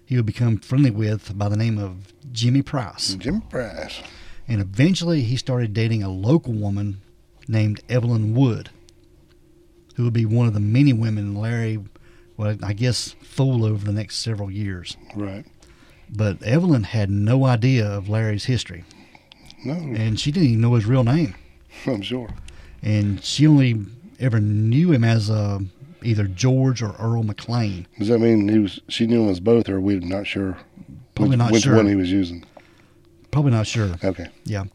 S1: he would become friendly with by the name of Jimmy Price.
S2: Jim Price.
S1: And eventually he started dating a local woman named Evelyn Wood, who would be one of the many women Larry, well, I guess, fooled over the next several years.
S2: Right.
S1: But Evelyn had no idea of Larry's history,
S2: No,
S1: and she didn't even know his real name.
S2: I'm sure.
S1: and she only ever knew him as uh, either George or Earl McLean.
S2: Does that mean he was? She knew him as both, or we're not sure.
S1: Probably
S2: which,
S1: not
S2: which
S1: sure.
S2: one he was using.
S1: Probably not sure.
S2: Okay.
S1: Yeah,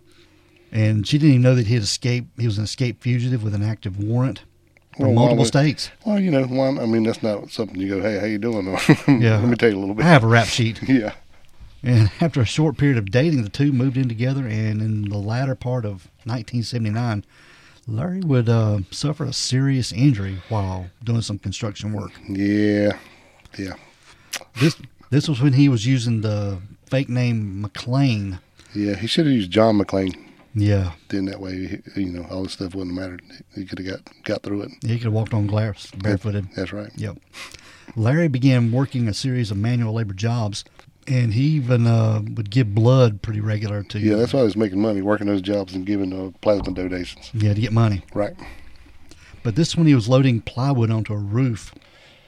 S1: and she didn't even know that he had escaped. He was an escaped fugitive with an active warrant from
S2: Well, why
S1: multiple
S2: Oh, would-
S1: states.
S2: Well, you know, one. I mean, that's not something you go, hey, how you doing?
S1: Yeah.
S2: Let me tell you a little
S1: I
S2: bit.
S1: have a rap sheet.
S2: yeah.
S1: And after a short period of dating, the two moved in together. And in the latter part of 1979, Larry would uh, suffer a serious injury while doing some construction work.
S2: Yeah. Yeah.
S1: This this was when he was using the fake name McLean
S2: Yeah. He should have used John McClane.
S1: Yeah.
S2: Then that way, you know, all this stuff wouldn't have mattered. He could have got got through it.
S1: He could have walked on glass barefooted.
S2: That's right.
S1: Yep. Larry began working a series of manual labor jobs, and he even uh, would give blood pretty regular to
S2: Yeah, that's why he was making money working those jobs and giving uh, plasma donations.
S1: yeah to get money.
S2: Right.
S1: But this one, he was loading plywood onto a roof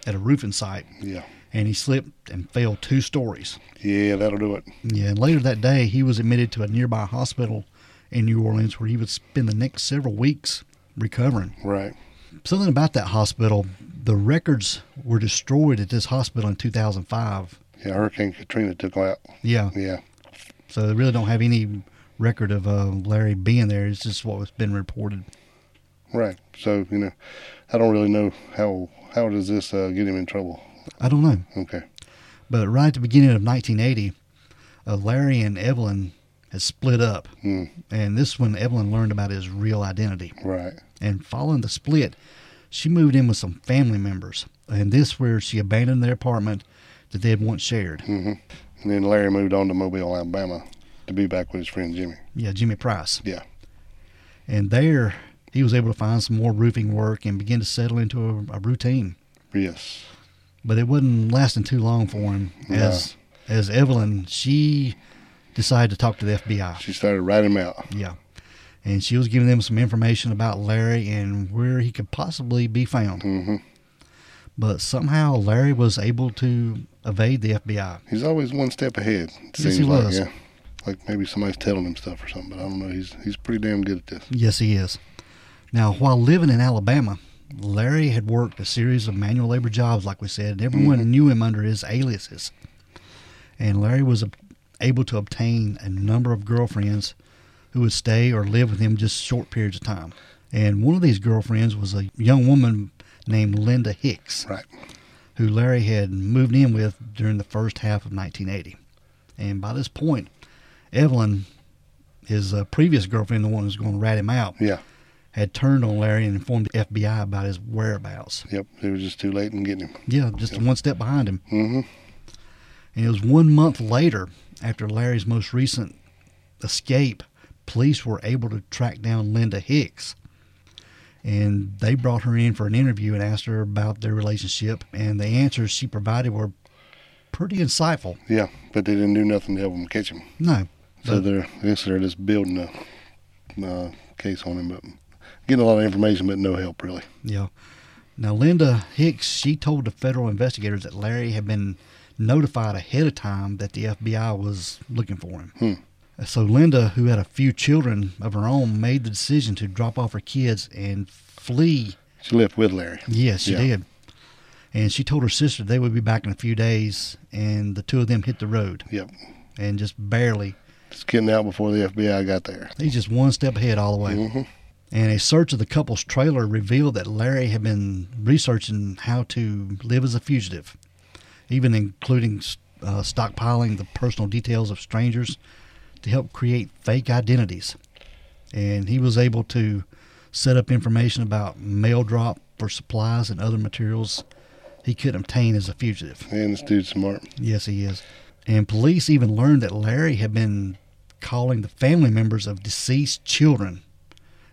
S1: at a roofing site,
S2: Yeah.
S1: and he slipped and fell two stories.
S2: Yeah, that'll do it.
S1: Yeah, and later that day, he was admitted to a nearby hospital in New Orleans where he would spend the next several weeks recovering.
S2: Right.
S1: Something about that hospital, the records were destroyed at this hospital in 2005.
S2: Yeah, Hurricane Katrina took him out.
S1: Yeah,
S2: Yeah.
S1: so they really don't have any record of uh, Larry being there. It's just what was been reported.
S2: Right. So you know, I don't really know how how does this uh, get him in trouble.
S1: I don't know.
S2: Okay.
S1: But right at the beginning of 1980, uh, Larry and Evelyn had split up.
S2: Hmm.
S1: And this is when Evelyn learned about his real identity.
S2: Right.
S1: And following the split, she moved in with some family members. And this where she abandoned their apartment that they had once shared.
S2: And then Larry moved on to Mobile, Alabama, to be back with his friend Jimmy.
S1: Yeah, Jimmy Price.
S2: Yeah.
S1: And there he was able to find some more roofing work and begin to settle into a, a routine.
S2: Yes.
S1: But it wasn't lasting too long for him as as Evelyn, she decided to talk to the FBI.
S2: She started writing him out.
S1: Yeah. And she was giving them some information about Larry and where he could possibly be found.
S2: hmm
S1: But somehow Larry was able to evade the FBI.
S2: He's always one step ahead.
S1: Yes,
S2: it
S1: he
S2: seems
S1: was.
S2: Like, yeah. Like maybe somebody's telling him stuff or something, but I don't know. He's he's pretty damn good at this.
S1: Yes, he is. Now, while living in Alabama, Larry had worked a series of manual labor jobs, like we said, and everyone knew him under his aliases. And Larry was ab- able to obtain a number of girlfriends who would stay or live with him just short periods of time. And one of these girlfriends was a young woman named Linda Hicks.
S2: Right.
S1: who Larry had moved in with during the first half of 1980. And by this point, Evelyn, his uh, previous girlfriend, the one who's going to rat him out,
S2: Yeah.
S1: had turned on Larry and informed the FBI about his whereabouts.
S2: Yep. It was just too late in getting him.
S1: Yeah, just one step behind him.
S2: hmm
S1: And it was one month later, after Larry's most recent escape, police were able to track down Linda Hicks. And they brought her in for an interview and asked her about their relationship. And the answers she provided were pretty insightful.
S2: Yeah. But they didn't do nothing to help him catch him.
S1: No.
S2: So
S1: But-
S2: they're I guess they're just building a, uh case on him, but getting a lot of information, but no help really.
S1: yeah. Now, Linda Hicks, she told the federal investigators that Larry had been notified ahead of time that the FBI was looking for him. So Linda, who had a few children of her own, made the decision to drop off her kids and flee.
S2: She left with Larry.
S1: Yes, she
S2: Yeah.
S1: did. And she told her sister they would be back in a few days, and the two of them hit the road
S2: Yep.
S1: and just barely.
S2: Just getting out before the FBI got there.
S1: He's just one step ahead all the way.
S2: hmm
S1: and a search of the couple's trailer revealed that Larry had been researching how to live as a fugitive, even including uh, stockpiling the personal details of strangers to help create fake identities. And he was able to set up information about mail drop for supplies and other materials he could obtain as a fugitive.
S2: And this dude's smart.
S1: Yes, he is. And police even learned that Larry had been calling the family members of deceased children.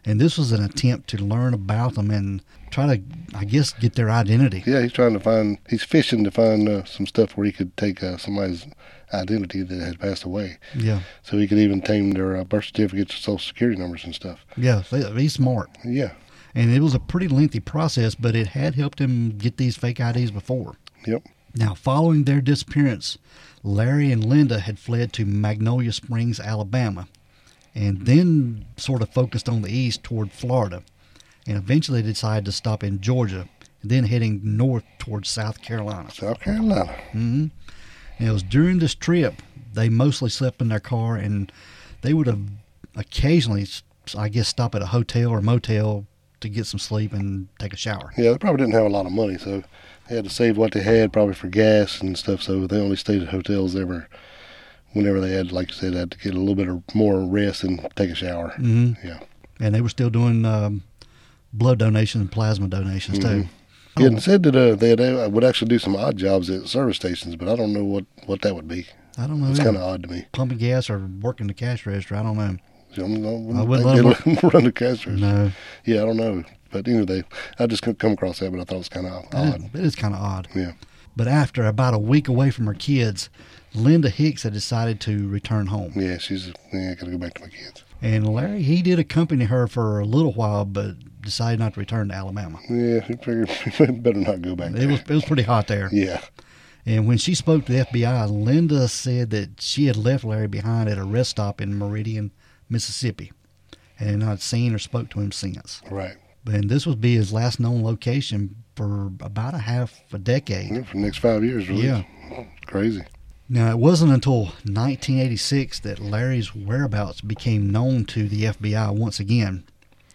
S1: And this was an attempt to learn about them and try to, I guess, get their identity.
S2: Yeah, he's trying to find. He's fishing to find uh, some stuff where he could take uh, somebody's identity that had passed away,
S1: Yeah.
S2: so he could even tame their uh, birth certificates, social security numbers, and stuff.
S1: Yeah. they- He's smart.
S2: Yeah.
S1: And it was a pretty lengthy process, but it had helped him get these fake IDs before.
S2: Yep.
S1: Now, following their disappearance, Larry and Linda had fled to Magnolia Springs, Alabama, and then sort of focused on the east toward Florida, and eventually decided to stop in Georgia, and then heading north toward South Carolina.
S2: South Carolina.
S1: And it was during this trip they mostly slept in their car, and they would have occasionally, I guess, stop at a hotel or motel to get some sleep and take a shower.
S2: Yeah, they probably didn't have a lot of money, so they had to save what they had, probably for gas and stuff. So they only stayed at hotels ever, whenever they had, like you said, had to get a little bit of more rest and take a shower.
S1: Mhm.
S2: Yeah,
S1: And they were still doing um, blood donations and plasma donations too.
S2: yeah.
S1: Oh.
S2: And said that uh, they had, uh, would actually do some odd jobs at service stations, but I don't know what what that would be.
S1: I don't know.
S2: It's
S1: either.
S2: kind of odd to me.
S1: pumping gas or working the cash register. I don't know.
S2: So I'm, I'm,
S1: I
S2: I
S1: wouldn't
S2: wouldn't
S1: let 'em
S2: think they'd let 'em run the casters.
S1: No,
S2: Yeah, I don't know. But anyway, I just couldn't come across that, but I thought it was kind of
S1: it
S2: odd.
S1: is- it is kind of odd.
S2: Yeah.
S1: But after about a week away from her kids, Linda Hicks had decided to return home.
S2: Yeah, she's, yeah, I got to go back to my kids.
S1: And Larry, he did accompany her for a little while, but decided not to return to Alabama.
S2: Yeah, I figured we better not go back
S1: It
S2: there.
S1: was, it was pretty hot there.
S2: Yeah.
S1: And when she spoke to the FBI, Linda said that she had left Larry behind at a rest stop in Meridian, Mississippi, and had not seen or spoke to him since.
S2: Right.
S1: And this would be his last known location for about a half a decade.
S2: Yeah, for the next five years, really.
S1: Yeah.
S2: Crazy.
S1: Now, it wasn't until 1986 that Larry's whereabouts became known to the FBI once again.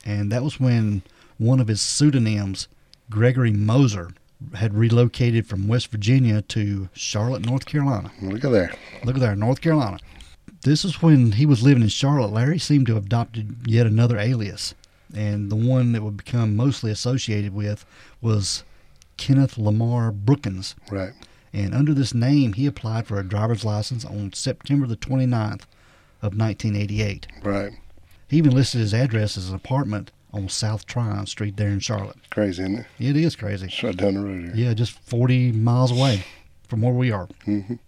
S1: And that was when one of his pseudonyms, Gregory Moser, had relocated from West Virginia to Charlotte, North Carolina.
S2: Look at that.
S1: Look at there, North Carolina. This is when he was living in Charlotte. Larry seemed to have adopted yet another alias. And the one that would become mostly associated with was Kenneth Lamar Brookins.
S2: Right.
S1: And under this name, he applied for a driver's license on September the 29th of 1988.
S2: Right.
S1: He even listed his address as an apartment on South Tryon Street there in Charlotte.
S2: Crazy, isn't it?
S1: It is crazy.
S2: It's right down the road here.
S1: Yeah, just 40 miles away from where we are.
S2: Mhm.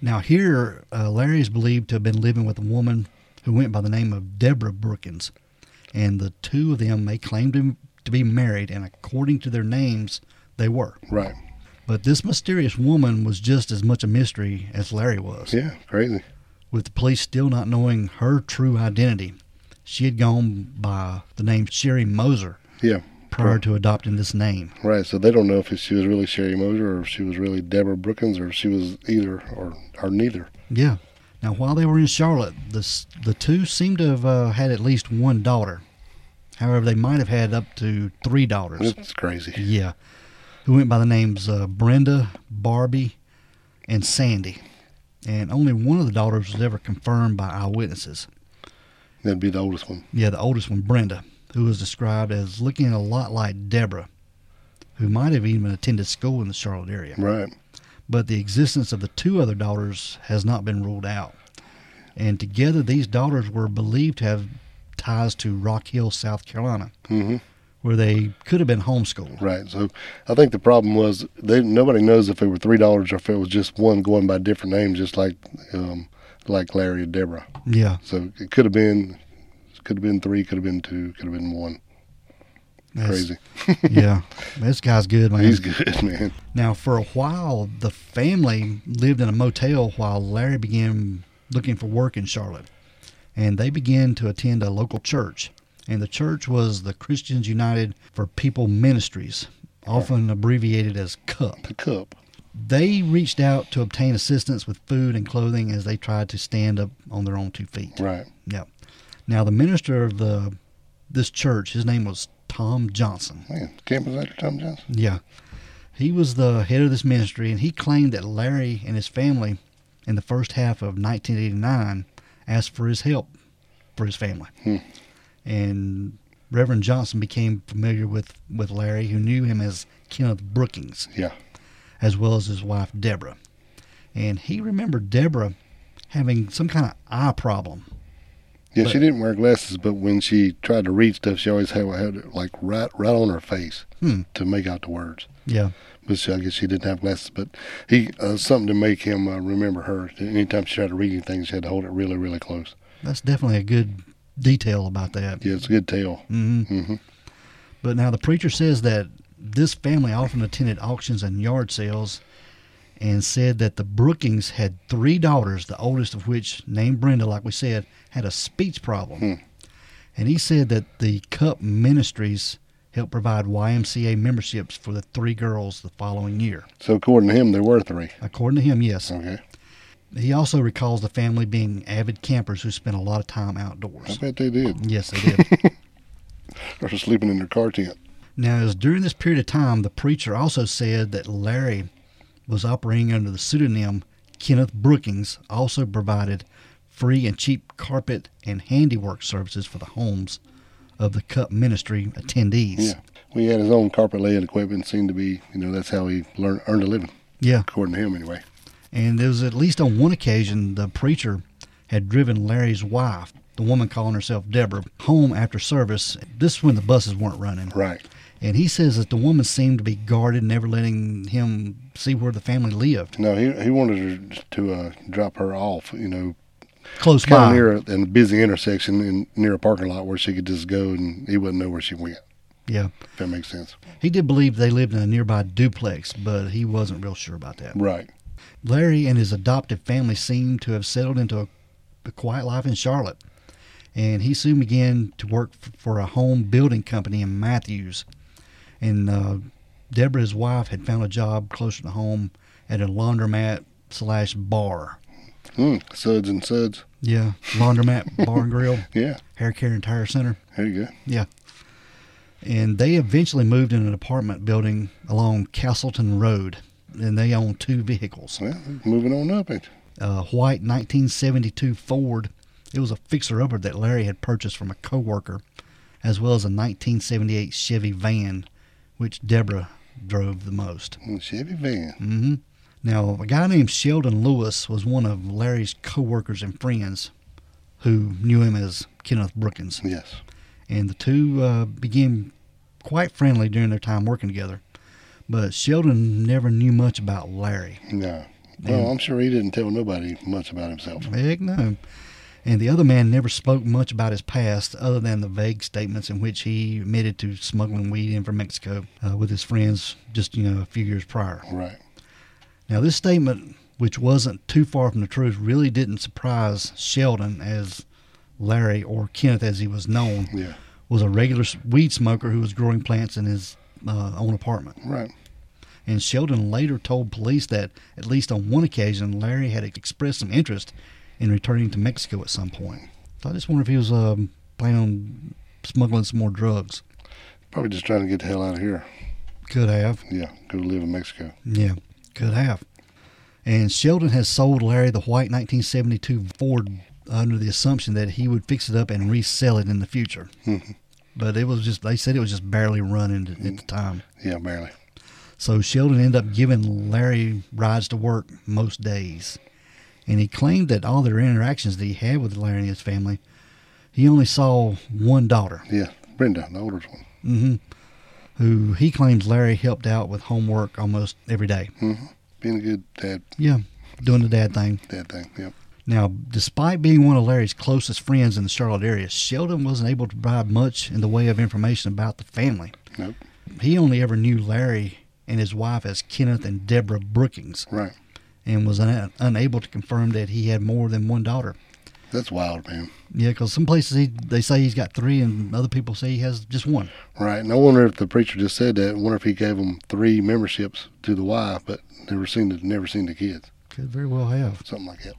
S1: Now, here, uh, Larry is believed to have been living with a woman who went by the name of Deborah Brookins. And the two of them, they claimed him to be married, and according to their names, they were.
S2: Right.
S1: But this mysterious woman was just as much a mystery as Larry was.
S2: Yeah. Crazy.
S1: with the police still not knowing her true identity. She had gone by the name Sherry Moser
S2: Yeah.
S1: prior to adopting this name.
S2: Right. So they don't know if she was really Sherry Moser or if she was really Deborah Brookins or if she was either or, or neither.
S1: Yeah. Now, while they were in Charlotte, the s- the two seem to have uh, had at least one daughter. However, they might have had up to three daughters.
S2: It's crazy.
S1: Yeah, who went by the names uh, Brenda, Barbie, and Sandy. And only one of the daughters was ever confirmed by eyewitnesses.
S2: That'd be the oldest one.
S1: Yeah, the oldest one, Brenda, who was described as looking a lot like Deborah, who might have even attended school in the Charlotte area.
S2: Right.
S1: But the existence of the two other daughters has not been ruled out. And together, these daughters were believed to have ties to Rock Hill, South Carolina,
S2: hmm
S1: where they could have been homeschooled.
S2: Right. So I think the problem was they nobody knows if it were three daughters or if it was just one going by different names, just like um, like Larry and Deborah.
S1: Yeah,
S2: So it could have been could have been three, could have been two, could have been one.
S1: that's-
S2: Crazy.
S1: yeah, this guy's good, man.
S2: He's good, man.
S1: Now, for a while, the family lived in a motel while Larry began looking for work in Charlotte. And they began to attend a local church. And the church was the Christians United for People Ministries, often abbreviated as CUP.
S2: The cup.
S1: They reached out to obtain assistance with food and clothing as they tried to stand up on their own two feet.
S2: Right.
S1: Yep. Now, the minister of the this church, his name was Tom Johnson.
S2: Man, campus after Tom Johnson.
S1: Yeah. He was the head of this ministry, and he claimed that Larry and his family in the first half of 1989 asked for his help for his family.
S2: Hmm.
S1: And Reverend Johnson became familiar with, with Larry, who knew him as Kenneth Brookings,
S2: Yeah.
S1: as well as his wife, Deborah. And he remembered Deborah having some kind of eye problem.
S2: Yeah,
S1: But-
S2: she didn't wear glasses, but when she tried to read stuff, she always had, had it like right right on her face
S1: Hmm.
S2: to make out the words.
S1: Yeah.
S2: But she, I guess she didn't have glasses. But he uh, something to make him uh, remember her. Anytime she tried to read anything, she had to hold it really, really close.
S1: That's definitely a good detail about that.
S2: Yeah, it's a good tale.
S1: hmm
S2: hmm
S1: But now the preacher says that this family often attended auctions and yard sales and said that the Brookings had three daughters, the oldest of which, named Brenda, like we said, had a speech problem.
S2: Hmm.
S1: And he said that the Cup Ministries helped provide YMCA memberships for the three girls the following year.
S2: So according to him, there were three.
S1: According to him, yes.
S2: Okay,
S1: He also recalls the family being avid campers who spent a lot of time
S2: I
S1: outdoors.
S2: bet they did.
S1: Yes, they did.
S2: Or sleeping in their car tent.
S1: Now, it was during this period of time, the preacher also said that Larry was operating under the pseudonym Kenneth Brookings, also provided free and cheap carpet and handiwork services for the homes of the Cup Ministry attendees.
S2: Yeah, we had his own carpet laying equipment. Seemed to be, you know, that's how he learned earned a living,
S1: Yeah.
S2: according to him anyway.
S1: And there was at least on one occasion, the preacher had driven Larry's wife the woman calling herself Deborah home after service. This is when the buses weren't running.
S2: Right.
S1: And he says that the woman seemed to be guarded, never letting him see where the family lived.
S2: No, he he wanted her to uh, drop her off. You know,
S1: Close
S2: kind of
S1: by.
S2: near a, in a busy intersection and near a parking lot where she could just go and he wouldn't know where she went.
S1: Yeah.
S2: If that makes sense.
S1: He did believe they lived in a nearby duplex, but he wasn't real sure about that.
S2: Right.
S1: Larry and his adoptive family seemed to have settled into a, a quiet life in Charlotte, and he soon began to work f- for a home building company in Matthews. And uh, Deborah, his wife, had found a job closer to home at a laundromat slash bar.
S2: Mm, suds and suds.
S1: Yeah, laundromat, bar and grill,
S2: Yeah.
S1: hair care and tire center.
S2: There you go.
S1: And they eventually moved in an apartment building along Castleton Road, and they owned two vehicles.
S2: Well, moving on up. Ain't
S1: uh, white 1972 Ford. It was a fixer-upper that Larry had purchased from a coworker, as well as a 1978 Chevy van, which Deborah drove the most.
S2: it? Chevy van.
S1: hmm Now, a guy named Sheldon Lewis was one of Larry's coworkers and friends, who knew him as Kenneth Brookins,
S2: Yes.
S1: and the two uh, became quite friendly during their time working together. But Sheldon never knew much about Larry.
S2: No. Well, I'm sure he didn't tell nobody much about himself.
S1: Heck no. And the other man never spoke much about his past other than the vague statements in which he admitted to smuggling weed in from Mexico uh, with his friends just, you know, a few years prior.
S2: Right.
S1: Now, this statement, which wasn't too far from the truth, really didn't surprise Sheldon as Larry or Kenneth as he was known
S2: Yeah.
S1: was a regular s- weed smoker who was growing plants in his uh, own apartment.
S2: Right.
S1: And Sheldon later told police that at least on one occasion, Larry had expressed some interest in returning to Mexico at some point. So I just wonder if he was um, planning on smuggling some more drugs.
S2: Probably just trying to get the hell out of here.
S1: Could have.
S2: Yeah. Go live in Mexico.
S1: Yeah, could have. And Sheldon has sold Larry the white 1972 Ford under the assumption that he would fix it up and resell it in the future.
S2: Mhm.
S1: But it was just, they said it was just barely running at at the time.
S2: Yeah, barely.
S1: So Sheldon ended up giving Larry rides to work most days. And he claimed that all their interactions that he had with Larry and his family, he only saw one daughter,
S2: Yeah. Brenda, the oldest one.
S1: hmm who he claims Larry helped out with homework almost every day.
S2: Being a good dad,
S1: Yeah, doing the dad thing.
S2: dad thing. Yep.
S1: Now, despite being one of Larry's closest friends in the Charlotte area, Sheldon wasn't able to provide much in the way of information about the family.
S2: Nope.
S1: He only ever knew Larry and his wife as Kenneth and Deborah Brookings.
S2: Right.
S1: and was un- unable to confirm that he had more than one daughter.
S2: That's wild, man.
S1: Yeah, because some places he, they say he's got three, and other people say he has just one.
S2: Right. And I wonder if the preacher just said that. I wonder if he gave them three memberships to the wife, but never seen the never seen the kids.
S1: Could very well have.
S2: Something like that.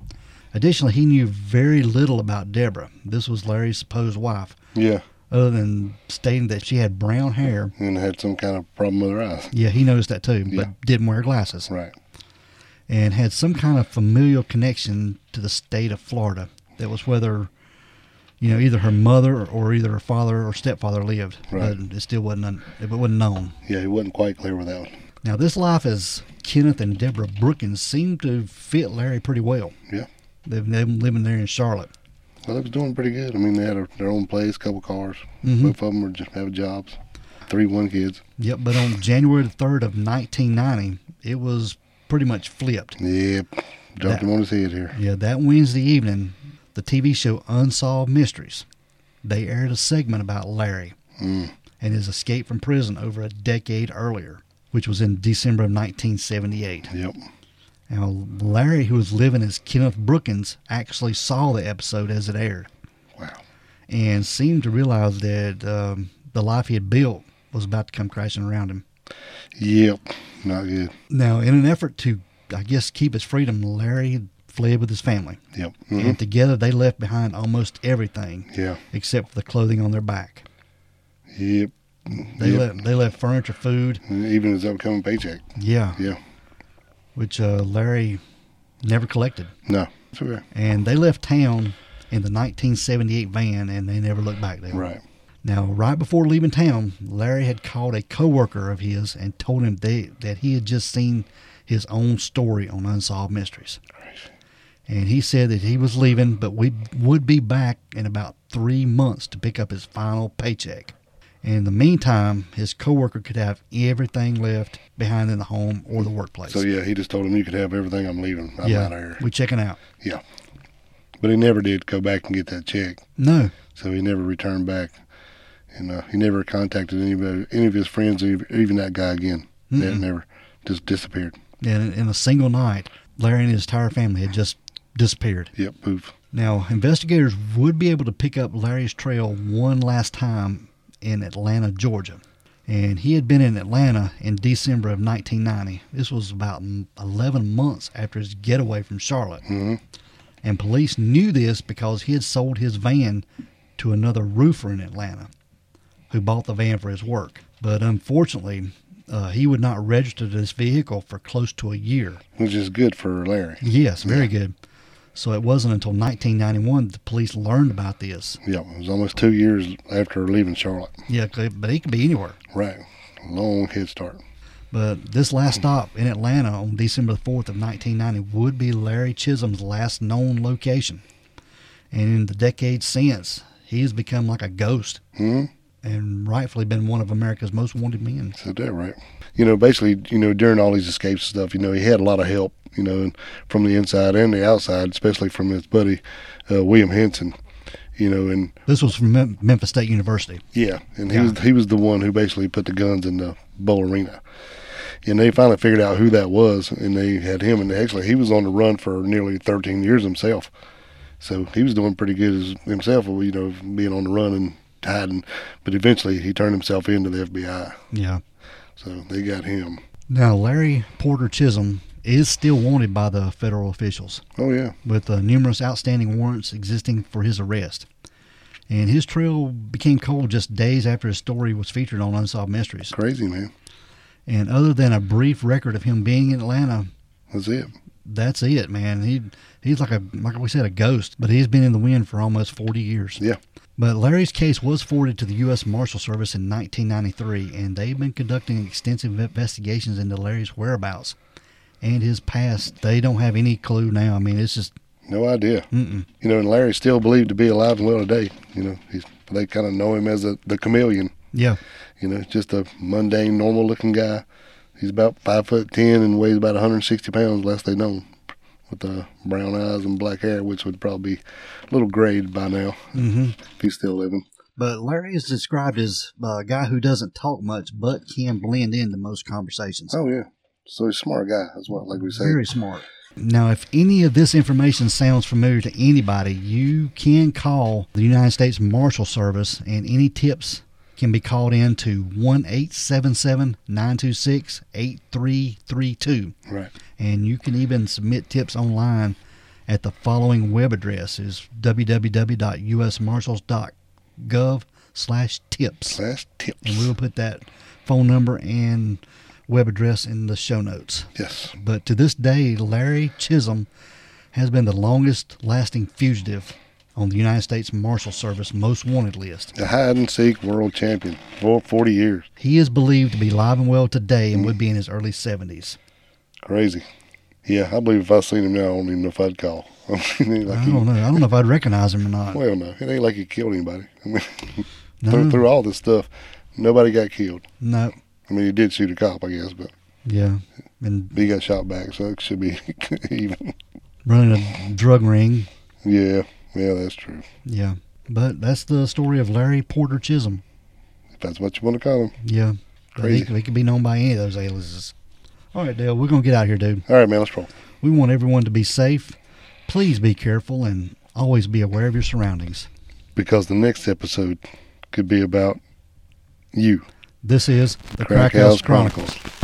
S1: Additionally, he knew very little about Deborah. This was Larry's supposed wife,
S2: Yeah.
S1: other than stating that she had brown hair.
S2: And had some kind of problem with her eyes.
S1: Yeah, he noticed that too, but
S2: Yeah.
S1: didn't wear glasses
S2: Right.
S1: and had some kind of familial connection to the state of Florida. That was whether, you know, either her mother or either her father or stepfather lived,
S2: Right.
S1: but it still wasn't un- it wasn't known.
S2: Yeah, he wasn't quite clear with that one.
S1: Now, this life as Kenneth and Deborah Brookins seemed to fit Larry pretty well.
S2: Yeah.
S1: They've been living there in Charlotte.
S2: Well, they was doing pretty good. I mean, they had a, their own place, couple cars.
S1: hmm
S2: Both of them were just have jobs. Three one kids.
S1: Yep, but on January the 3rd of 1990, it was pretty much flipped.
S2: Yep. Dropped
S1: That-
S2: him on his head here.
S1: Yeah, that Wednesday evening, the TV show Unsolved Mysteries, they aired a segment about Larry
S2: Mm.
S1: and his escape from prison over a decade earlier, which was in December of 1978.
S2: Yep.
S1: Now, Larry, who was living as Kenneth Brookins, actually saw the episode as it aired.
S2: Wow.
S1: and seemed to realize that um, the life he had built was about to come crashing around him.
S2: Yep. Not good.
S1: Now, in an effort to, I guess, keep his freedom, Larry fled with his family,
S2: Yep. hmm
S1: and together they left behind almost everything
S2: Yeah.
S1: except for the clothing on their back.
S2: Yep.
S1: They
S2: Yep.
S1: left they left furniture, food,
S2: Even his upcoming paycheck.
S1: yeah,
S2: Yeah.
S1: which uh, Larry never collected,
S2: No. It's okay.
S1: and they left town in the 1978 van, and they never looked back. There,
S2: Right.
S1: Now, right before leaving town, Larry had called a coworker of his and told him they, that he had just seen his own story on Unsolved Mysteries. and he said that he was leaving, but we would be back in about three months to pick up his final paycheck. In the meantime, his coworker could have everything left behind in the home or the workplace.
S2: So yeah, he just told him you could have everything. I'm leaving. I'm
S1: yeah,
S2: out of here.
S1: we checking out.
S2: Yeah. But he never did go back and get that check.
S1: No,
S2: So he never returned back, and uh, he never contacted anybody, any of his friends, or even that guy again. That
S1: Mm-mm.
S2: never just disappeared.
S1: and in a single night, Larry and his entire family had just disappeared.
S2: Yep, poof.
S1: Now, investigators would be able to pick up Larry's trail one last time in Atlanta, Georgia. And he had been in Atlanta in December of 1990. This was about m- 11 months after his getaway from Charlotte.
S2: Mhm.
S1: And police knew this because he had sold his van to another roofer in Atlanta who bought the van for his work. But unfortunately, uh, he would not register this vehicle for close to a year.
S2: Which is good for Larry.
S1: Yes, very good. So it wasn't until 1991 the police learned about this.
S2: Yeah, it was almost two years after leaving Charlotte.
S1: Yeah, 'cause- but he could be anywhere.
S2: Right, long head start.
S1: But this last stop in Atlanta on December the 4th of 1990 would be Larry Chisholm's last known location. And in the decades since, he has become like a ghost
S2: Hmm.
S1: and rightfully been one of America's most wanted men.
S2: Said that right. You know, basically, you know, during all these escapes and stuff, you know, he had a lot of help, you know, and from the inside and the outside, especially from his buddy uh, William Henson. You know, and
S1: This was from Mem- Memphis State University.
S2: Yeah, and he
S1: Yeah.
S2: was he was the one who basically put the guns in the bowl arena, and they finally figured out who that was, and they had him. And actually, he was on the run for nearly 13 years himself, so he was doing pretty good as himself, you know, being on the run and hiding. But eventually, he turned himself into the FBI,
S1: Yeah.
S2: so they got him.
S1: Now, Larry Porter Chisholm is still wanted by the federal officials.
S2: Oh yeah,
S1: with uh, numerous outstanding warrants existing for his arrest. And his trail became cold just days after his story was featured on Unsolved Mysteries.
S2: crazy man.
S1: And other than a brief record of him being in Atlanta,
S2: That's it.
S1: that's it, man. He he's like a like we said a ghost, but he's been in the wind for almost 40 years.
S2: Yeah.
S1: But Larry's case was forwarded to the U.S. Marshal Service in 1993, and they've been conducting extensive investigations into Larry's whereabouts and his past. They don't have any clue now. I mean, it's just
S2: No idea.
S1: mm-mm.
S2: You know, and Larry's still believed to be alive and well today. You know, he's, they kind of know him as a, the chameleon.
S1: yeah.
S2: You know, just a mundane, normal-looking guy. He's about five foot ten and weighs about 160 pounds, less they know, with uh, brown eyes and black hair, which would probably be a little grayed by now
S1: Mm-hmm.
S2: if he's still living.
S1: But Larry is described as a guy who doesn't talk much, but can blend into most conversations.
S2: Oh yeah, so he's a smart guy. That's what, like we say.
S1: Very smart. Now, if any of this information sounds familiar to anybody, you can call the United States Marshal Service, and any tips can be called in to 1 877 926 8332.
S2: Right.
S1: And you can even submit tips online at the following web address is www.usmarshals.gov slash tips.
S2: Last tips.
S1: And we'll put that phone number and web address in the show notes.
S2: yes.
S1: But to this day, Larry Chisholm has been the longest lasting fugitive on the United States Marshal Service most wanted list.
S2: The hide and seek world champion for 40 years.
S1: He is believed to be alive and well today and would be in his early 70s.
S2: Crazy. Yeah, I believe if I seen him now, I don't even know if I'd call. I mean, like
S1: I
S2: he-
S1: don't know. I don't know if I'd recognize him or not.
S2: well, no, it ain't like he killed anybody. I mean, through,
S1: No,
S2: through all this stuff, nobody got killed.
S1: no.
S2: I mean, he did shoot a cop, I guess, but
S1: Yeah. And
S2: he got shot back, so it should be even.
S1: running a drug ring.
S2: Yeah, yeah, that's true.
S1: Yeah. But that's the story of Larry Porter Chisholm.
S2: If that's what you want to call him.
S1: Yeah. But He,
S2: Crazy.
S1: he could be known by any of those aliases. All right, Dale, we're going to get out of here, dude.
S2: All right, man, let's roll.
S1: We want everyone to be safe. Please be careful and always be aware of your surroundings.
S2: Because the next episode could be about you.
S1: This is the Crack,
S2: Crack
S1: House
S2: House Chronicles.
S1: Chronicles.